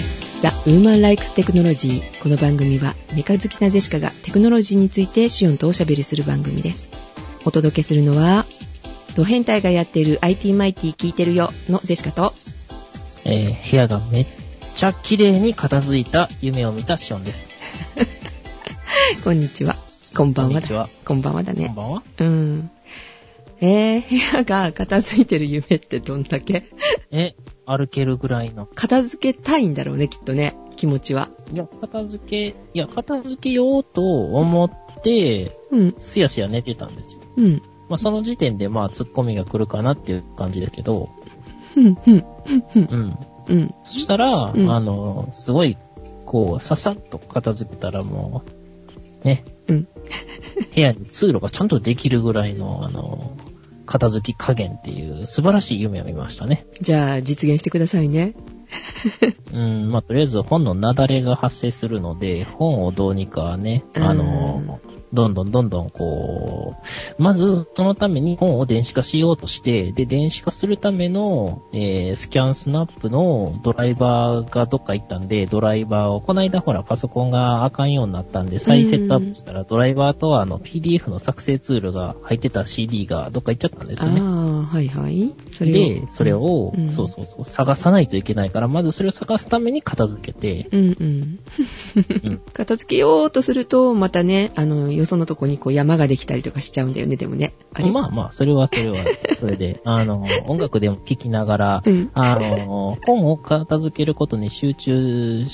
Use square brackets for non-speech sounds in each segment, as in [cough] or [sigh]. ウーマンライクステクノロジー。この番組はメカ好きなジェシカがテクノロジーについてシオンとおしゃべりする番組です。お届けするのは、ド変態がやっている IT マイティ聞いてるよのジェシカと、えー部屋がめっちゃ綺麗に片付いた夢を見たシオンです。こんにちは。こんばんこんはにだ。ちは。こんばんはだこんね。ばんは。うん。えー、部屋が片付いてる夢ってどんだけえ、歩けるぐらいの。片付けたいんだろうね、きっとね。気持ちは。いや、片付け、いや、片付けようと思って、うん、すやすや寝てたんですよ。うん、まあ、その時点で、まあ、ツッコミが来るかなっていう感じですけど、うん、うん、うん、うん。うん。そしたら、うんあの、すごい、こう、ささっと片付けたらもう、ね。うん。部屋に通路がちゃんとできるぐらいの、あの、片付き加減っていう素晴らしい夢を見ましたね。じゃあ、実現してくださいね。うん、まあ、とりあえず本の雪崩が発生するので、本をどうにかね、あの、どんどんどんどんこう、まずそのために本を電子化しようとして、で、電子化するための、えースキャンスナップのドライバーがどっか行ったんで、ドライバーを、この間ほらパソコンがあかんようになったんで、再セットアップしたら、ドライバーとあの PDF の作成ツールが入ってた CD がどっか行っちゃったんですよね。ああ、はいはい。それを。で、それを、うんそうそうそう、探さないといけないから、まずそれを探すために片付けて、うんうん。うん片付けようとすると、またね、あの、よそのとこにこう山ができたりとかしちゃうんだよね、でもね。あれ、まあまあ、それはそ [laughs] れは、それで、あの、音楽でも聴きながら、うん。あの、本を片付けることに集中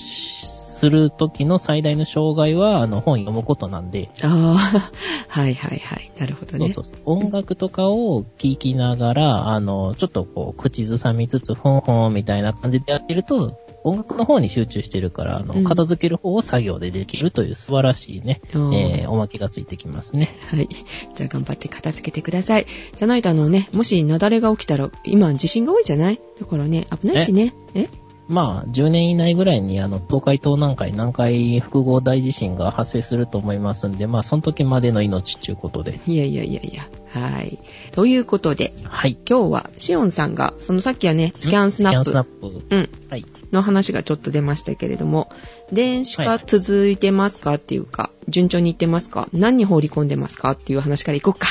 するときの最大の障害は、あの、本読むことなんで、ああ、 [laughs] はいはいはい。なるほどそうね。そうそう。音楽とかを聴きながら、あの、ちょっとこう、口ずさみつつ、ほんほんみたいな感じでやってると、音楽の方に集中してるから、あうんの、片付ける方を作業でできるという素晴らしいね、うんえーおまけがついてきますね。はい。じゃあ頑張って片付けてください。じゃないとあのね、もし雪崩が起きたら、今地震が多いじゃないだからね、危ないしね。えまあ、10年以内ぐらいに、あの、東海東南海南海複合大地震が発生すると思いますんで、まあ、その時までの命っていうことで。いやいやいやいや。はい。ということで、はい。今日はシオンさんが、そのさっきはね、スキャンスナップ。スキャンスナップ。うん。はい。の話がちょっと出ましたけれども、電子化続いてますかっていうか、順調にいってますか何に放り込んでますかっていう話からいこうか。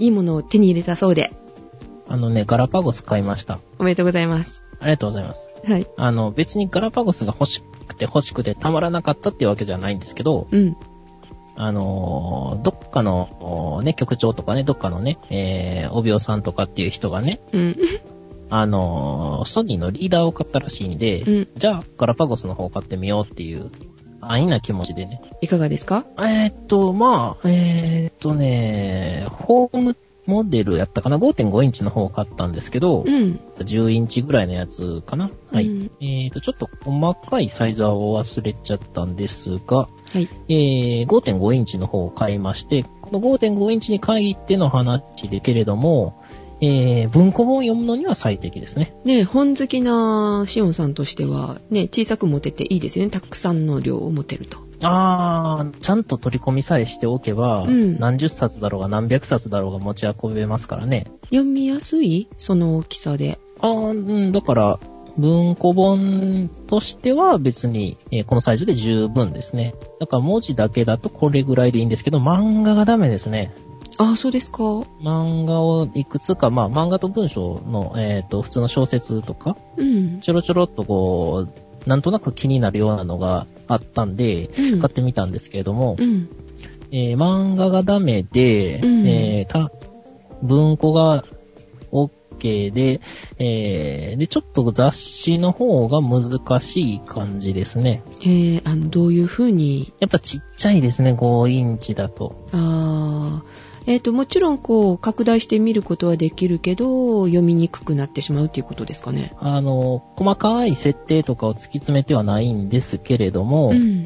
いいものを手に入れたそうで、あのね、ガラパゴス買いました。おめでとうございます。ありがとうございます。はい。あの、別にガラパゴスが欲しくて欲しくてたまらなかったっていうわけじゃないんですけど、うん。あのーどっかの、おーね、局長とかね、どっかのね、えー、お病さんとかっていう人がね、うん。あのーソニーのリーダーを買ったらしいんで、うんじゃあ、ガラパゴスの方を買ってみようっていう、安易な気持ちでね。いかがですかえーっと、まあ、えーっとね、ホームモデルやったかな ?5.5 インチの方を買ったんですけど、うん。 10インチぐらいのやつかなはい。うんえーっと、ちょっと細かいサイズは忘れちゃったんですが、はい。えー、5.5インチの方を買いまして、この5.5インチに限っての話でけれども、えー、文庫本を読むのには最適ですね。ね本好きなシオンさんとしては、ね、小さく持てていいですよね。たくさんの量を持てると。あー、ちゃんと取り込みさえしておけば、うん何十冊だろうが何百冊だろうが持ち運べますからね。読みやすいその大きさで。あーうん、だから、文庫本としては別に、えーこのサイズで十分ですね。だから文字だけだとこれぐらいでいいんですけど、漫画がダメですね。ああ、そうですか。う漫画をいくつか、まあ漫画と文章の、えっ、と、普通の小説とか、ん。ちょろちょろっとこう、なんとなく気になるようなのがあったんで、うん買っ。てみたんですけれども、うん。えー漫画がダメで、うんえーた文庫が OK で、えーで、ちょっと雑誌の方が難しい感じですね。へえ、あの、どういう風にやっぱちっちゃいですね、5インチだと。ああ。えっ、と、もちろん、こう、拡大して見ることはできるけど、読みにくくなってしまうっていうことですかね。あの、細かい設定とかを突き詰めてはないんですけれども、うん。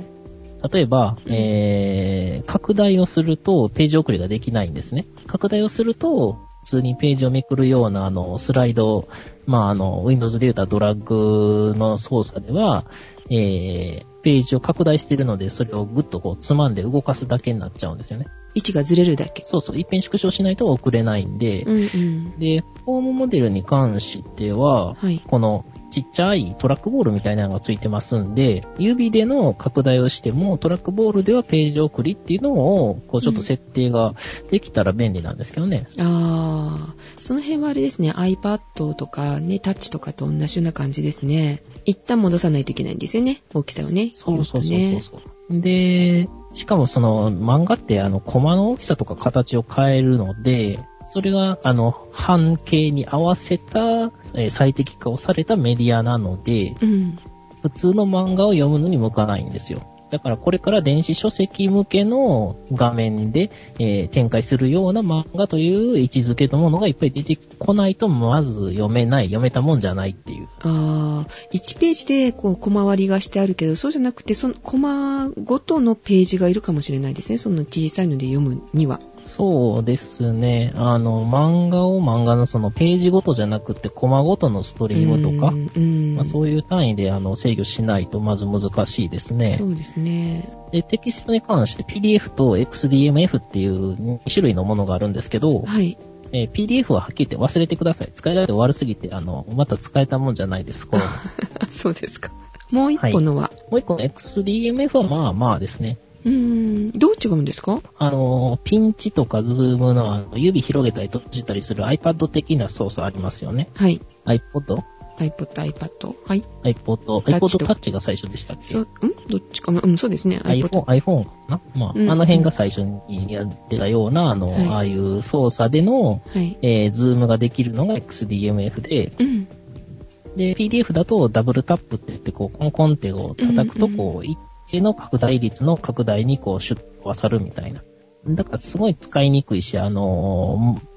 例えば、うんえー拡大をするとページ送りができないんですね。拡大をすると、普通にページをめくるようなあのスライド、まあ、あの、Windows で言うたらドラッグの操作では、えーページを拡大しているので、それをぐっとこう、つまんで動かすだけになっちゃうんですよね。位置がずれるだけ。そうそう、一遍縮小しないと送れないんでう、んうん。で、ホームモデルに関しては、はい。このちっちゃいトラックボールみたいなのがついてますんで、指での拡大をしても、トラックボールではページ送りっていうのを、こうちょっと設定ができたら便利なんですけどね。ああ、その辺はあれですね、iPad とかね、タッチとかと同じような感じですね。一旦戻さないといけないんですよね、大きさをね。そうそうそう色々とそうねそう。で、しかもその漫画ってあの、コマの大きさとか形を変えるので、それがあの、半径に合わせた、えー最適化をされたメディアなので、うん。普通の漫画を読むのに向かないんですよ。だからこれから電子書籍向けの画面で、えー展開するような漫画という位置づけのものがいっぱい出てこないと、まず読めない、読めたもんじゃないっていう。ああ、1ページでこう、小回りがしてあるけど、そうじゃなくて、そのコマごとのページがいるかもしれないですね、その小さいので読むには。そうですね。あの、漫画を漫画のそのページごとじゃなくて、コマごとのストーリーごとか、うんうんまあ、そういう単位であの制御しないとまず難しいですねそ。うですね。で、テキストに関して PDF と XDMF っていう2種類のものがあるんですけど、はい。 [laughs] えー PDF ははっきり言って忘れてください。使い勝手悪すぎて、あの、また使えたもんじゃないで [laughs] す。このそうですか。もう一個のは、もう一個の XDMF はまあまあですね。うーん、どう違うんですかあの、ピンチとかズームのあの指広げたり閉じたりする iPad 的な操作ありますよね。はい。 iPod? iPod、iPad。はい。 iPod、タッチ iPod とタッチが最初でしたっけそんどっちかも、うん、そうですね。 iPhone、 iPod。 iPhone かなまあ、うんあの辺が最初にやってたような、あの、はいああいう操作での、はい。えー、ズームができるのが XDMF で、うん。で、PDF だとダブルタップって言って、こう、コンコンってこう叩くと、うんうんこう、一定の拡大率の拡大にこう、シュッとわさるみたいな。だからすごい使いにくいし、あのー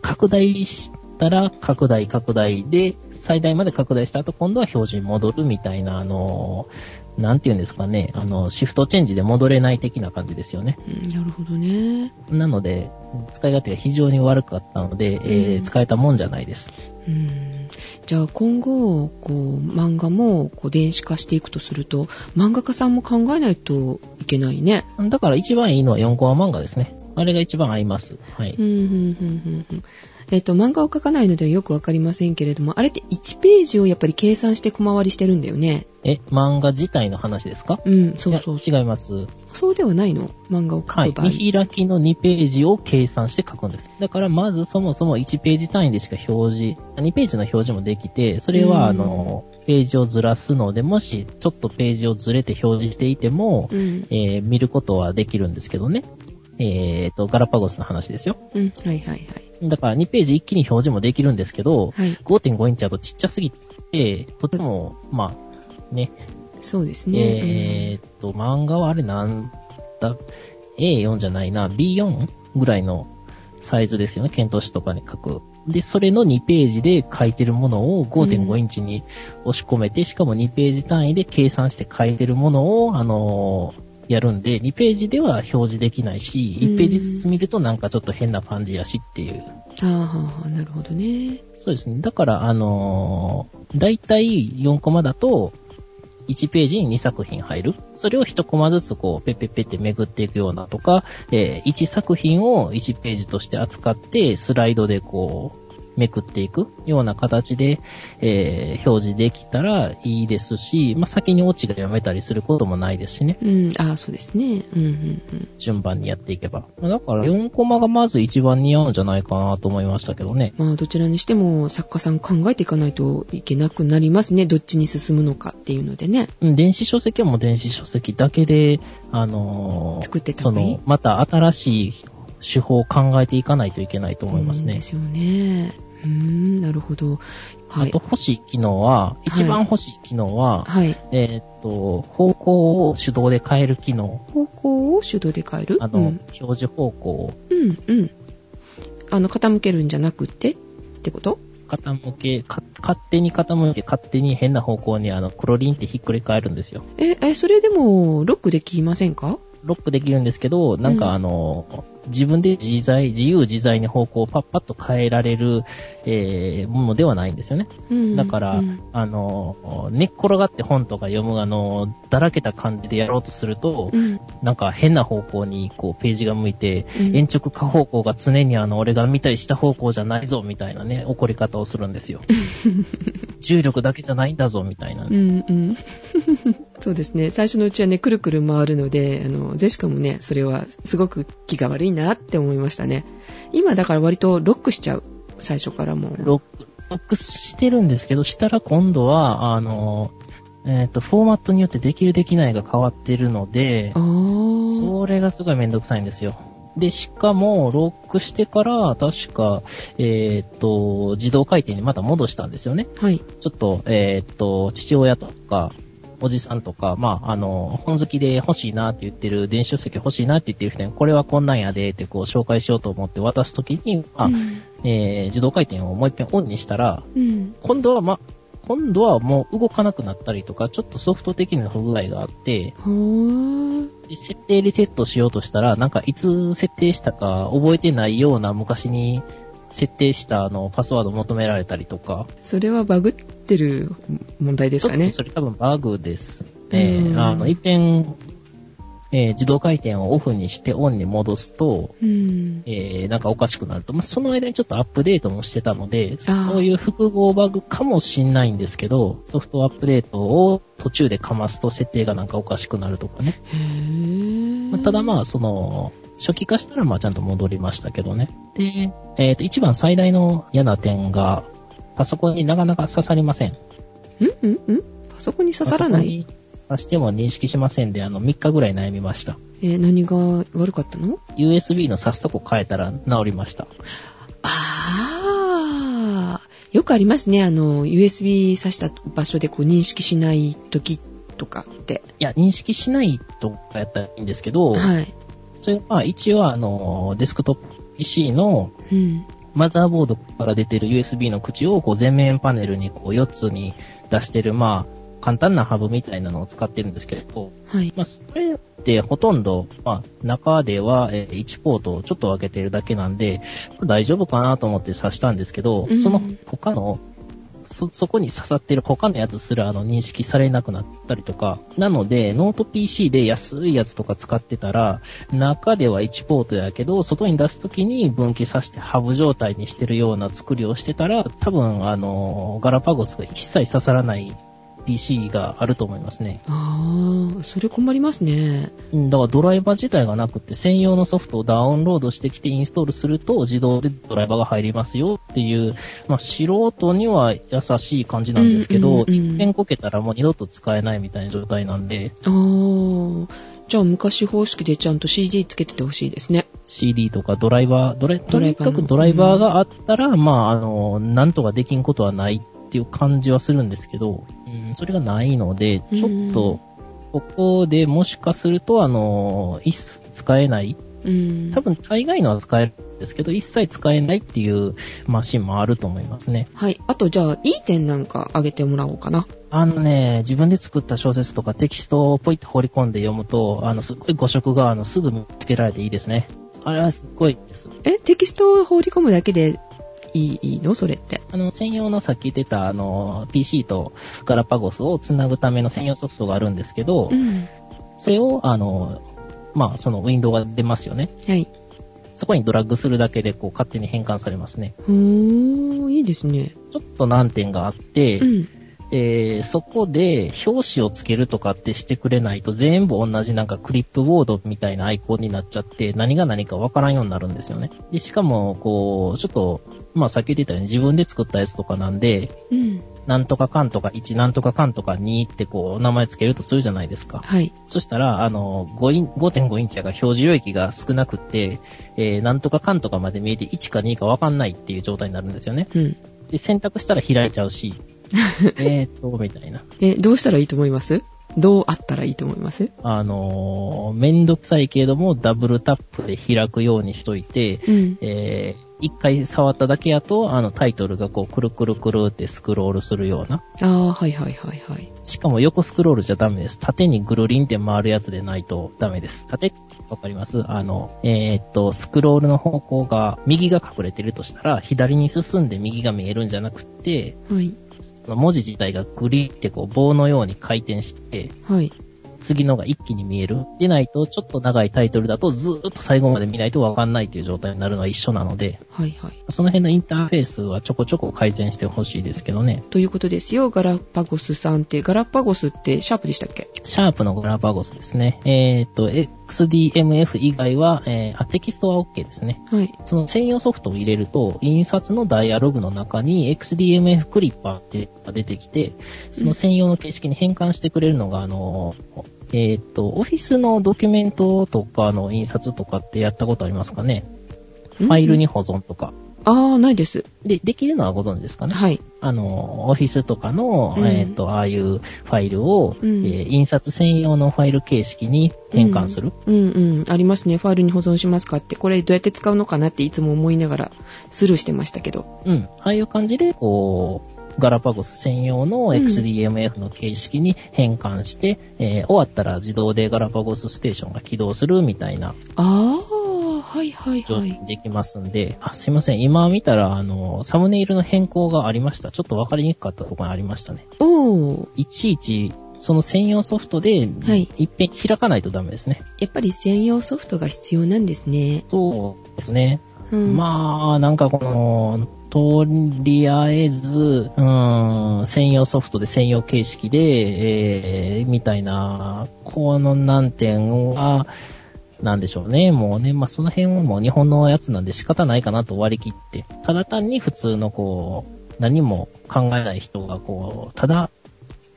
拡大したら拡大拡大で、最大まで拡大した後、今度は表示に戻るみたいな、あのーなんていうんですかね、あの、シフトチェンジで戻れない的な感じですよね。うんなるほどね。なので、使い勝手が非常に悪かったので、えーうん使えたもんじゃないです。うん。じゃあ今後、こう、漫画も、こう、電子化していくとすると、漫画家さんも考えないといけないね。だから一番いいのは4コマ漫画ですね。あれが一番合います。はい。うん、うん、うん、うん。えっと、漫画を描かないのではよくわかりませんけれども、あれって1ページをやっぱり計算して小回りしてるんだよね。え、漫画自体の話ですかうん、そうそう。いや違います。そうではないの漫画をは描いく。場合。見開きの2ページを計算して書くんです。だからまずそもそも1ページ単位でしか表示、2ページの表示もできて、それうんはあの、ページをずらすので、もしちょっとページをずれて表示していても、うん、えー見ることはできるんですけどね。えっ、と、ガラパゴスの話ですよ。うん、はいはいはい。だから2ページ一気に表示もできるんですけど、はい、 5.5インチだとちっちゃすぎて、とても、まあ、ね、そうですね。えーっと、漫画はあれなんだ、A4 じゃないな、B4 ぐらいのサイズですよね、検討誌とかに書く。で、それの2ページで書いてるものをう5.5んインチに押し込めて、しかも2ページ単位で計算して書いてるものを、あのーやるんで、2ページでは表示できないし、1ページずつ見るとなんかちょっと変な感じやしっていう。うんあーはーはーなるほどね。そうですね。だから、あのー、だいたい4コマだと、1ページに2作品入る。それを1コマずつこう、ペッペッペって巡っていくようなとか、えー1作品を1ページとして扱って、スライドでこう、めくっていくような形で、えー表示できたらいいですし、まあ、先に落ちが読めたりすることもないですしね。うん、あーそうですね。うん、うん、順番にやっていけば。まあだから4コマがまず一番似合うんじゃないかなと思いましたけどね。うん。まあ、どちらにしても作家さん考えていかないといけなくなりますね。どっちに進むのかっていうのでね。うん電子書籍はもう電子書籍だけで、あのー作ってたそ方がいいの、また新しい手法を考えていかないといけないと思いますうんねで。すよね。うーん、なるほど。はあいと、。欲しい機能は、一番欲しい機能は、はい。えーっと、方向を手動で変える機能。方向を手動で変えるあの、うん、表示方向をうん、うん。あの、傾けるんじゃなくてってこと傾け、か勝手に傾いて、勝手に変な方向に、あの、クロリンってひっくり返るんですよ。え、え、それでも、ロックできませんかロックできるんですけど、なんうんかあの、自分で自在、自由自在に方向をパッパッと変えられる、えーものではないんですよね。うんだから、うんあの、寝っ転がって本とか読む、あの、だらけた感じでやろうとすると、うんなんか変な方向に、こう、ページが向いて、うん延直下方向が常にあの、俺が見たりした方向じゃないぞ、みたいなね、怒り方をする [laughs] んですよ。重力だけじゃないんだぞ、みたいなうね。んうん [laughs] そうですね最初のうちはねくるくる回るのであのゼシカもねそれはすごく気が悪いなって思いましたね今だから割とロックしちゃう最初からもうロック、ロックしてるんですけど、したら今度は、あの、えっ、と、フォーマットによってできるできないが変わってるのであ、ーそれがすごいめんどくさいんですよ。で、しかも、ロックしてから、確か、えーっと、自動回転にまた戻したんですよね。はいちょっと、えーっと、父親とか、おじさんとか、まあ、あの、本好きで欲しいなって言ってる、電子書籍欲しいなって言ってる人に、これはこんなんやでってこう紹介しようと思って渡すときに、まあうんえー自動回転をもう一遍オンにしたら、うん今度はま、今度はもう動かなくなったりとか、ちょっとソフト的な不具合があって、ほーで設定リセットしようとしたら、なんかいつ設定したか覚えてないような昔に設定したあのパスワードを求められたりとか、それはバグってる問題でちすょっかとねそれ多分バグですねう。んあの、一遍、えー自動回転をオフにしてオンに戻すと、うんえーなんかおかしくなると。まあ、その間にちょっとアップデートもしてたので、あーそういう複合バグかもしんないんですけど、ソフトアップデートを途中でかますと設定がなんかおかしくなるとかね。へーまあただまあ、その、初期化したらまあちゃんと戻りましたけどね。で、えっ、と、一番最大の嫌な点が、パソコンになかなか刺さりません。うんうんうんパソコンに刺さらないパソコンに刺しても認識しませんで、あの、3日ぐらい悩みました。えー何が悪かったの USB の刺すとこ変えたら治りました。ああ、よくありますね。あの、USB 挿した場所でこう認識しない時とかって。いや、認識しないとかやったらいいんですけど、はい。それがまあ一応あの、デスクトップ PC のうん。マザーボードから出てる USB の口をこう全面パネルにこう4つに出してる、まあ、簡単なハブみたいなのを使ってるんですけど、はい。まあ、それってほとんど、まあ、中ではえー1ポートをちょっと分けてるだけなんで、これ大丈夫かなと思って挿したんですけど、うんその他の、そ、そこに刺さってる他のやつすらあの認識されなくなったりとか、なので、ノート PC で安いやつとか使ってたら、中では1ポートやけど、外に出すときに分岐させてハブ状態にしてるような作りをしてたら、多分、あの、ガラパゴスが一切刺さらない PC があると思いますね。ああ、それ困りますね。うんだからドライバー自体がなくて、専用のソフトをダウンロードしてきてインストールすると、自動でドライバーが入りますよっていう、まあ、素人には優しい感じなんですけど、うんうんうん一遍こけたらもう二度と使えないみたいな状態なんで、ああ、じゃあ昔方式でちゃんと CD つけててほしいですね。 CD とかドライバー、ドラとライにバーのかくドライバーがあったら、まあ、あの、なんとかできんことはないっていう感じはするんですけど、うん、それがないので、ちょっと、ここでもしかすると、あの、いっ使えないうん。多分大概のは使えるんですけど、一切使えないっていうマシンもあると思いますね。はい。あとじゃあ、いい点なんかあげてもらおうかな。あのね、自分で作った小説とかテキストをポイって放り込んで読むと、あの、すっごい誤色が、あの、すぐ見つけられていいですね。あれはすっごいです。え、テキストを放り込むだけでいいいいのそれって。あの、専用のさっき言ってた、あの、PC とガラパゴスをつなぐための専用ソフトがあるんですけど、ん。それを、あの、まあ、そのウィンドウが出ますよね。はい。そこにドラッグするだけで、こう、勝手に変換されますね。ほー、いいですね。ちょっと難点があって、うん。えーそこで表紙をつけるとかってしてくれないと全部同じなんかクリップボードみたいなアイコンになっちゃって何が何かわからんようになるんですよね。で、しかもこう、ちょっと、まあさっき言ってたように自分で作ったやつとかなんで、うん。なんとかかんとか1、なんとかかんとか2ってこう名前つけるとするじゃないですか。はい。そしたら、あの、5イン5.5インチやが表示領域が少なくって、えーなんとかかんとかまで見えて1か2かわかんないっていう状態になるんですよね。うん。で、選択したら開いちゃうし、えーっと、みたいな。え、どうしたらいいと思いますどうあったらいいと思いますあのーめんどくさいけれども、ダブルタップで開くようにしといて、うん。えー一回触っただけやと、あの、タイトルがこう、くるくるくるってスクロールするような。ああ、はいはいはいはい。しかも横スクロールじゃダメです。縦にぐるりんって回るやつでないとダメです。縦、わかりますあの、えーっと、スクロールの方向が、右が隠れてるとしたら、左に進んで右が見えるんじゃなくって、はい。文字自体がグリってこう棒のように回転して、はい。次のが一気に見える。でないと、ちょっと長いタイトルだとずーっと最後まで見ないとわかんないという状態になるのは一緒なので、はい。はい。その辺のインターフェースはちょこちょこ改善してほしいですけどね。ということですよ、ガラパゴスさんって、ガラパゴスってシャープでしたっけシャープのガラパゴスですね。えっ、と、XDMF 以外は、えーあ、テキストは OK ですね。はい。その専用ソフトを入れると、印刷のダイアログの中に XDMF クリッパーっていうのが出てきて、その専用の形式に変換してくれるのが、あの、えっ、と、オフィスのドキュメントとかの印刷とかってやったことありますかねファイルに保存とか。ああ、ないです。で、できるのはご存知ですかねはい。あの、オフィスとかの、うんえっ、と、ああいうファイルを、うんえー印刷専用のファイル形式に変換する。うんうん。ありますね。ファイルに保存しますかって、これどうやって使うのかなっていつも思いながらスルーしてましたけど。うん。ああいう感じで、こう、ガラパゴス専用のうん XDMF の形式に変換して、えー終わったら自動でガラパゴスステーションが起動するみたいなああ、はいはい状は態い。にできますんで、あ、すいません。今見たら、あの、サムネイルの変更がありました。ちょっとわかりにくかったところがありましたね。おー。いちいち、その専用ソフトで、はいいっぺん開かないとダメですね。やっぱり専用ソフトが必要なんですね。そうですね。うん。まあ、なんかこの、とりあえず、うん、専用ソフトで専用形式で、えーみたいな、この難点は、なんでしょうね。もうね、まあその辺はもう日本のやつなんで仕方ないかなと割り切って、ただ単に普通のこう、何も考えない人がこう、ただ、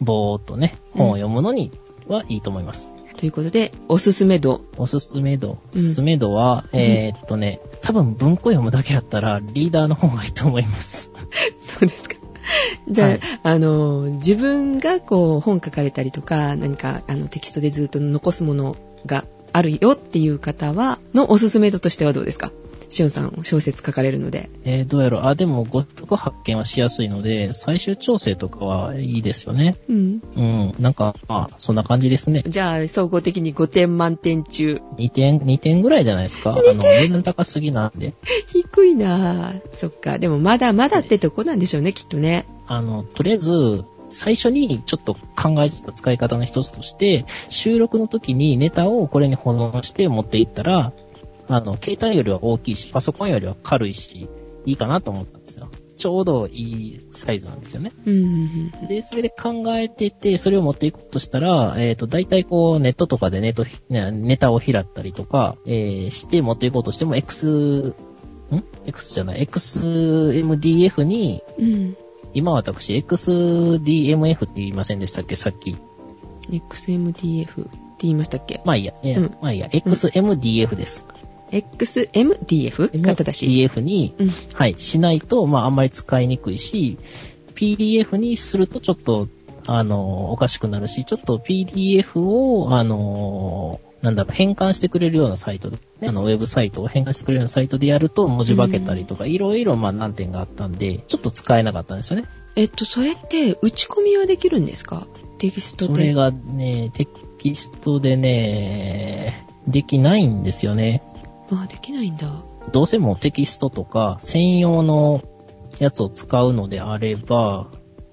ぼーっとね、本を読むのにはいいと思います。ということで、おすすめ度。 [laughs] おすすめ度。うおんすすめ度は、えーっとね、多分文庫読むだけだったら、リーダーの方がいいと思います。 [laughs] そうですか。 [laughs] じゃあ、はいあの、自分がこう本書かれたりとか、何かあのテキストでずっと残すものがあるよっていう方は、のおすすめ度としてはどうですかしおんさん、小説書かれるので。えーどうやろう。あ、でも、ご曲発見はしやすいので、最終調整とかはいいですよね。うん。うん。なんか、まあ、そんな感じですね。じゃあ、総合的に5点満点中。 [laughs] 2点、2点ぐらいじゃないですか。あの、値段高すぎなんで。低いなぁ。そっか。でも、まだまだってとこなんでしょうね、きっとね。あの、とりあえず、最初にちょっと考えてた使い方の一つとして、収録の時にネタをこれに保存して持っていったら、あの、携帯よりは大きいし、パソコンよりは軽いし、いいかなと思ったんですよ。ちょうどいいサイズなんですよね。うんうんうん。で、それで考えてて、それを持っていこうとしたら、えっ、と、大体こう、ネットとかでネットひ、ねネタを拾ったりとか、えーして持っていこうとしても、X、ん ?X じゃない、XMDF にうん。今私、XDMF って言いませんでしたっけさっき。 XMDF って言いましたっけまあいいや、えーうんまあいいや、XMDF です。 ?XMDF? 肩出し。 DF に、うん。はい、しないと、まああんまり使いにくいし、PDF にするとちょっと、あの、おかしくなるし、ちょっと PDF を、あの、なんだろう、変換してくれるようなサイトで、ね、あの、ウェブサイトを変換してくれるようなサイトでやると文字化けたりとか、いろいろ、まあ難点があったんで、ちょっと使えなかったんですよね。えっと、それって、打ち込みはできるんですかテキストそで。れがね、テキストでね、できないんですよね。あ、できないんだ。どうせもうテキストとか専用のやつを使うのであれば、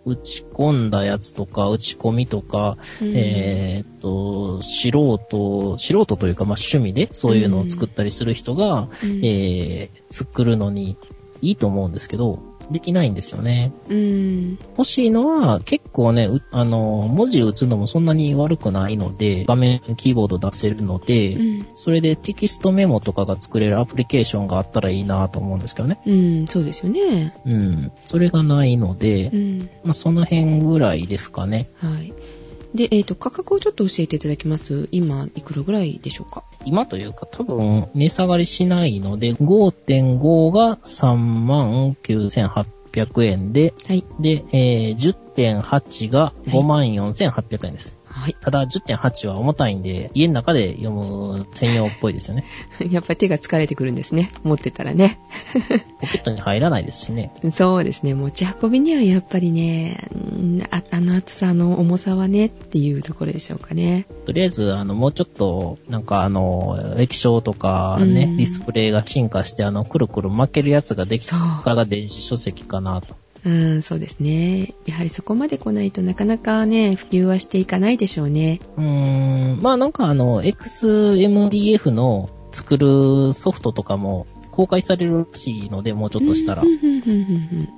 打ち込んだやつとか、打ち込みとか、うんえーっと、素人、素人というか、まあ、趣味でそういうのを作ったりする人が、うんえー作るのにいいと思うんですけど、できないんですよね。うん。欲しいのは結構ね、うあの、文字打つのもそんなに悪くないので、画面キーボード出せるので、うん。それでテキストメモとかが作れるアプリケーションがあったらいいなと思うんですけどね。うん、そうですよね。うん。それがないのでう、ん。まあその辺ぐらいですかね。はい。で、えっ、と、価格をちょっと教えていただきます。今、いくらぐらいでしょうか今というか多分値下がりしないので、5.5が39,800円で、はい。で、えー10.8が54,800円です。ははい。 [laughs] ただ10.8は重たいんで、家の中で読む専用っぽいですよね。やっぱり手が疲れてくるんですね。持ってたらね。ポケットに入らないですしね。そうですね。持ち運びにはやっぱりね、うんああの厚さの重さはねっていうところでしょうかね。とりあえず、あの、もうちょっと、なんかあの、液晶とかね、うんディスプレイが進化して、あの、くるくる巻けるやつができそたう。からが電子書籍かなと。うん、そうですね。やはりそこまで来ないとなかなかね、普及はしていかないでしょうね。うーん、まあなんかあの、XMDF の作るソフトとかも公開されるらしいので、もうちょっとしたらうん。うんうんうん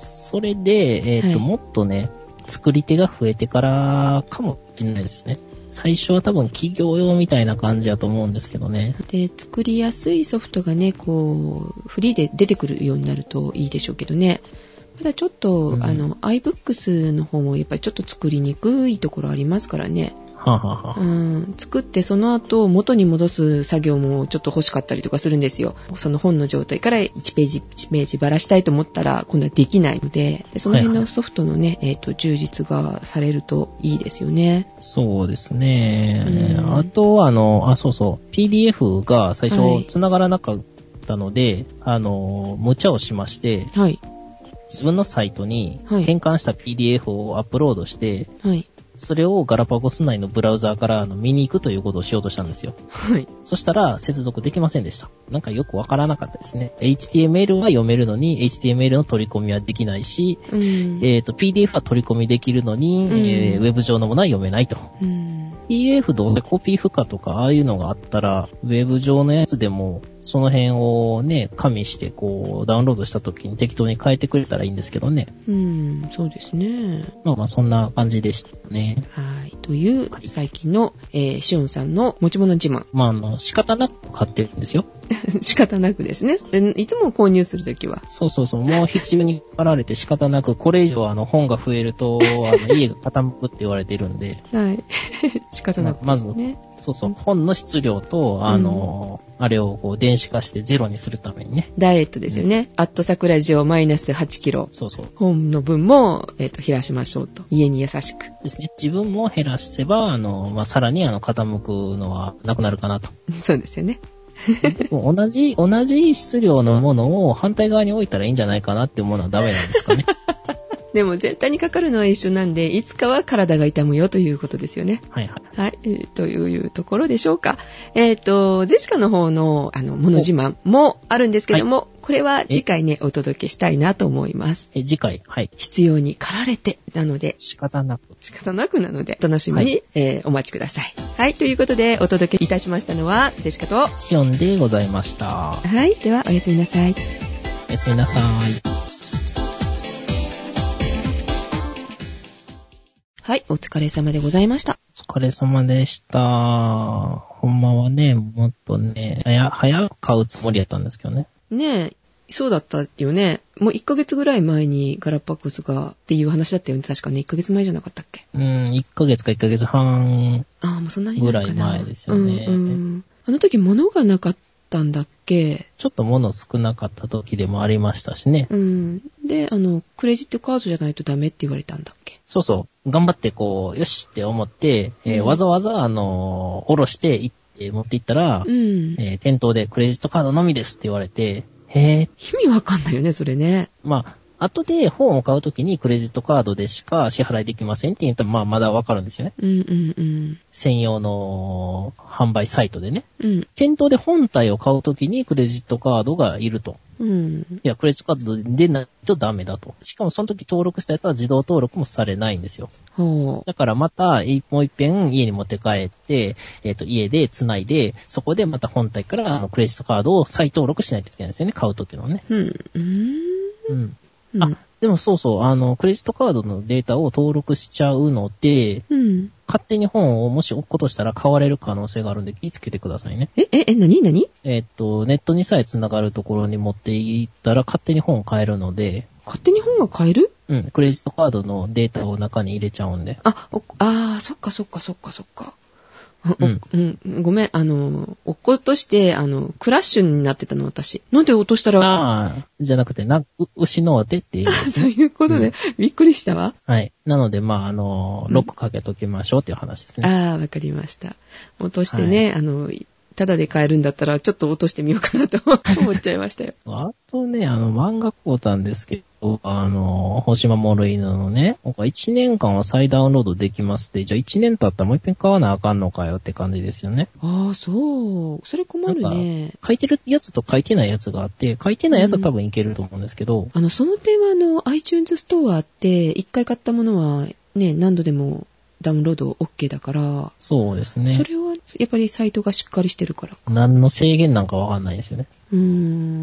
それで、えっ、と、はいもっとね、作り手が増えてからかもしれないですね。最初は多分企業用みたいな感じだと思うんですけどね。うんで、作りやすいソフトがね、こう、フリーで出てくるようになるといいでしょうけどね。ただちょっと、うんあの、iBooks の方もやっぱりちょっと作りにくいところありますからね。はあ、はあはうあ、ん、作ってその後元に戻す作業もちょっと欲しかったりとかするんですよ。その本の状態から1ページ1ページばらしたいと思ったら今度はできないので、でその辺はいはのいソフトのね、えっ、と、充実がされるといいですよね。そうですね。うんあとはあの、あ、そうそう。PDF が最はい初繋がらなかったので、あの、無茶をしまして、はい、自分のサイトにはい変換した PDF をアップロードして、はい、それをガラパゴス内のブラウザーからあの見に行くということをしようとしたんですよ。はい。そしたら接続できませんでした。なんかよくわからなかったですね。HTML は読めるのに、HTML の取り込みはできないし、うん。えっ、と、PDF は取り込みできるのに、うんえーウェブ上のものは読めないと。うん、 PDF どうせコピー負荷とか、ああいうのがあったら、ウェブ上のやつでも、その辺をね、加味して、こう、ダウンロードした時に適当に変えてくれたらいいんですけどね。うん、そうですね。まあまあ、そんな感じでしたね。はい。という、最近の、えー、シオンさんの持ち物自慢。 [laughs] まあ、あの、仕方なく買ってるんですよ。仕方なくですね。うんいつも購入するときは。そうそうそう、もう必要に駆られて仕方なく、これ以上あの本が増えると、 [laughs] あの家が傾くって言われてるんで、はい。 [laughs] 仕方なくまでずすね。そうそう、本の質量と、あの、あれをこう電子化してゼロにするためにね、ダイエットですよね。アットサクラジオマイナス8キロ。そうそう本の分も、えっ、と、減らしましょうと。家に優しく。 [laughs] ですね、自分も減らせば、あの、まあ、さらにあの、傾くのはなくなるかなと。そうですよね。でも同じ、同じ質量のものを反対側に置いたらいいんじゃないかなって思うのはダメなんですか [laughs] ね。でも全体にかかるのは一緒なんで、いつかは体が痛むよということですよね。はいはい。はい、えーというところでしょうか。えっ、と、ゼシカの方の、あの、もの自慢もあるんですけども、これは次回ね、お届けしたいなと思います。え、次回、はい。必要に駆られて、なので、仕方なく。仕方なくなので、楽しみに、はえーお待ちください。はい、ということで、お届けいたしましたのは、ゼシカと、シオンでございました。はい、ではおやすみなさい。おやすみなさい。はい、お疲れ様でございました。お疲れ様でした。ほんまはね、もっとね、早、早く買うつもりやったんですけどね。ねえ、そうだったよね。もう1ヶ月ぐらい前にガラパゴスがっていう話だったよね。確かね、1ヶ月前じゃなかったっけうん、1ヶ月か1ヶ月半。ああ、もうそんなになるかなぐらい前ですよねうんうんあの時物がなかったんだっけちょっと物少なかった時でもありましたしね。うん。で、あの、クレジットカードじゃないとダメって言われたんだっけそうそう。頑張ってこう、よしって思って、えーうんわざわざ、あのー、おろして行って持って行ったら、うん。えー店頭でクレジットカードのみですって言われて、へえ、意味わかんないよね、それね。まあ、後で本を買う時にクレジットカードでしか支払いできませんって言ったら、まあ、まだわかるんですよね。うんうんうん。専用の販売サイトでね。うん。店頭で本体を買うときにクレジットカードがいると。うん。いや、クレジットカードでないとダメだと。しかもその時登録したやつは自動登録もされないんですよ。ほう。だからまた、えもう一遍家に持って帰って、えっ、と、家で繋いで、そこでまた本体からあのクレジットカードを再登録しないといけないんですよね、買う時のね。うん。うん。ううん。んあ、でもそうそう、あの、クレジットカードのデータを登録しちゃうので、うん。勝手に本をもし置くことしたら買われる可能性があるんで気をつけてくださいね。え、え、え、なになにえっと、ネットにさえ繋がるところに持っていったら勝手に本を買えるので、勝手に本が買えるうん、クレジットカードのデータを中に入れちゃうんで。あ、おあー、そっかそっかそっかそっか。うんうん、ごめん、あの、落っことして、あの、クラッシュになってたの、私。なんで落としたら、ああ、じゃなくて、な、う牛のお手って [laughs] い [laughs] う。そういうことで、びっくりしたわ。はい。なので、まあ、あの、ロックかけときましょうっていう話ですね。ああ、わかりました。落としてね、あの、ただで買えるんだったら、ちょっと落としてみようかなと [laughs] 思っちゃいましたよ。あとね、あの、漫画講たんですけど、あの、星守犬のね、なんか1年間は再ダウンロードできますって、じゃあ1年経ったらもう一遍買わなあかんのかよって感じですよね。ああ、そう。それ困るね。書いてるやつと書いてないやつがあって、書いてないやつは多分いけると思うんですけど、あの、その点は、あの、iTunes ストアって、一回買ったものは、ね、何度でもダウンロード OK だから、そうですそね。れは、やっぱりサイトがしっかりしてるから。何の制限なんかわかんないですよね。うー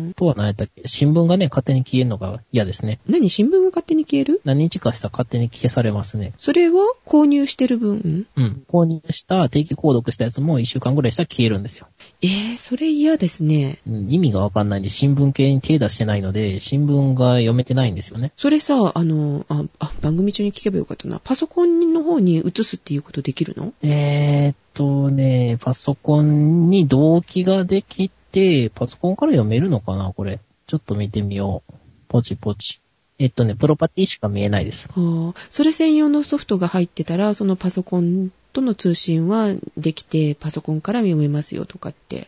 ん。とは何やったっけ新聞がね、勝手に消えるのが嫌ですね。何新聞が勝手に消える何日かしたら勝手に消されますね。それは購入してる分うん。購入した、定期購読したやつも1週間ぐらいしたら消えるんですよ。えー、それ嫌ですね。うん、意味がわかんないんで、新聞系に手出してないので、新聞が読めてないんですよね。それさ、あの、あ、あ番組中に聞けばよかったな。パソコンの方に移すっていうことできるのえーっとね、パソコンに動機ができて、パソコンから読めるのかなこれ。ちょっと見てみよう。ポチポチ。えっとね、プロパティしか見えないです。はあ、それ専用のソフトが入ってたら、そのパソコンとの通信はできて、パソコンから読めますよとかって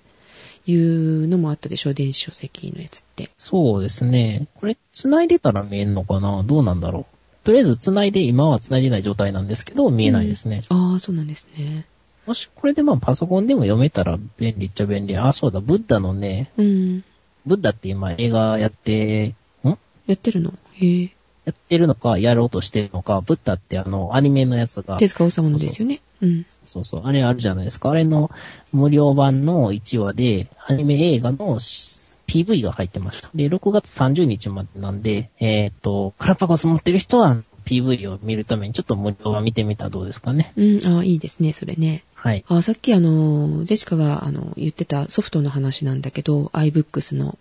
いうのもあったでしょ電子書籍のやつって。そうですね。これ、繋いでたら見えるのかなどうなんだろう。とりあえず繋いで、今は繋いでない状態なんですけど、見えないですね。ああ、そうなんですね。もし、これでまあパソコンでも読めたら便利っちゃ便利。あ、そうだ、ブッダのね、うん。ブッダって今映画やって、んややってるのへえ。ってるのか、やろうとしてるのか、ブッダってあの、アニメのやつが、手塚治虫のですよね。うん。そうそう、あれあるじゃないですか。あれの無料版の1話で、アニメ映画のし PV が入ってました。で、6月30日までなんで、えっ、と、カラパゴス持ってる人は PV を見るためにちょっと無料版見てみたらどうですかね。うん、ああ、いいですね、それね。はい。あさっきあの、ジェシカがあの言ってたソフトの話なんだけど、iBooks の、は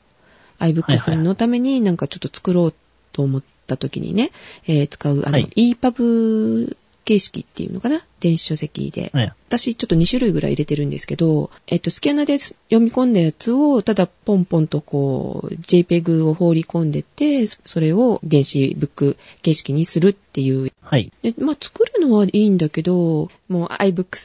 iBooks いはいのためになんかちょっと作ろうと思った時にね、えー使うあの、はい EPUB 形式っていうのかな電子書籍で。はい。私ちょっと2種類ぐらい入れてるんですけど、えっと、スキャナで読み込んだやつを、ただポンポンとこう、JPEG を放り込んでて、それを電子ブック形式にするっていうはい。でまあ、作るのはいいんだけど、もう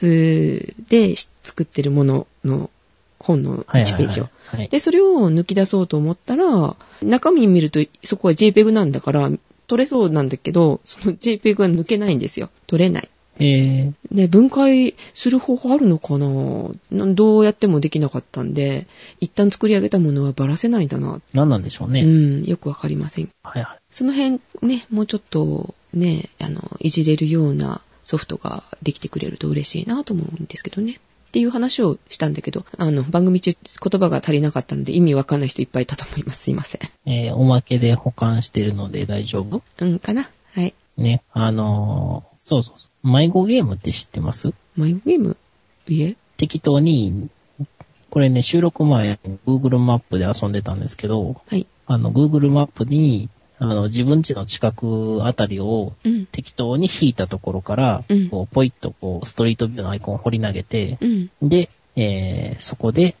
iBooks で作ってるものの本のはい。 1ページを。はい。はいで、それを抜き出そうと思ったら、中身見るとそこは JPEG なんだから、取れそうなんだけど、その JPEG が抜けないんですよ。取れない。えー、で、分解する方法あるのかななどうやってもできなかったんで、一旦作り上げたものはバラせないんだな。何なんでしょうね。うん、よくわかりませんはいはい。その辺ね、もうちょっとね、あの、いじれるようなソフトができてくれると嬉しいなと思うんですけどね。っていう話をしたんだけど、あの、番組中言葉が足りなかったので意味わかんない人いっぱいいたと思います。すいませえー、おまけで保管してるので大丈夫ん。うん、かなはい。ね。あのーそうそうそう。迷子ゲームって知ってます迷子ゲームいえ適当に、これね、収録前に Google マップで遊んでたんですけど、はい。あの、Google マップに、あの、自分家の近くあたりをうん。適当に引いたところから、うんこう、ポイッとこう、ストリートビューのアイコンを掘り投げて、うん。で、えー、そこで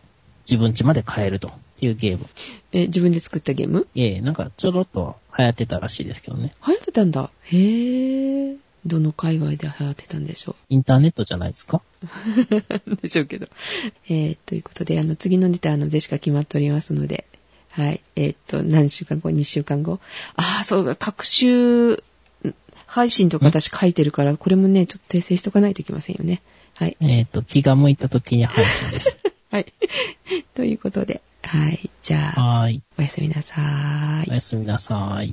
自分家まで帰るとっていうゲーム。え、自分で作ったゲームえー、なんかちょろっと流行ってたらしいですけどね。流行ってたんだ。へー。どの界隈で流行ってたんでしょうインターネットじゃないですかでしょう [laughs] けど。えーということで、あの、次のネタ、あの、ジェシカ決まっておりますので、はい。えーっと、何週間後 ?2 週間後ああ、そうか、各週、ん配信とか私書いてるから、これもね、ちょっと訂正しとかないといけませんよね。はい。えっ、と、気が向いた時に配 [laughs] 信です。はい。ということで、はい。じゃあ、はーい。おやすみなさーいお。やすみなさーい。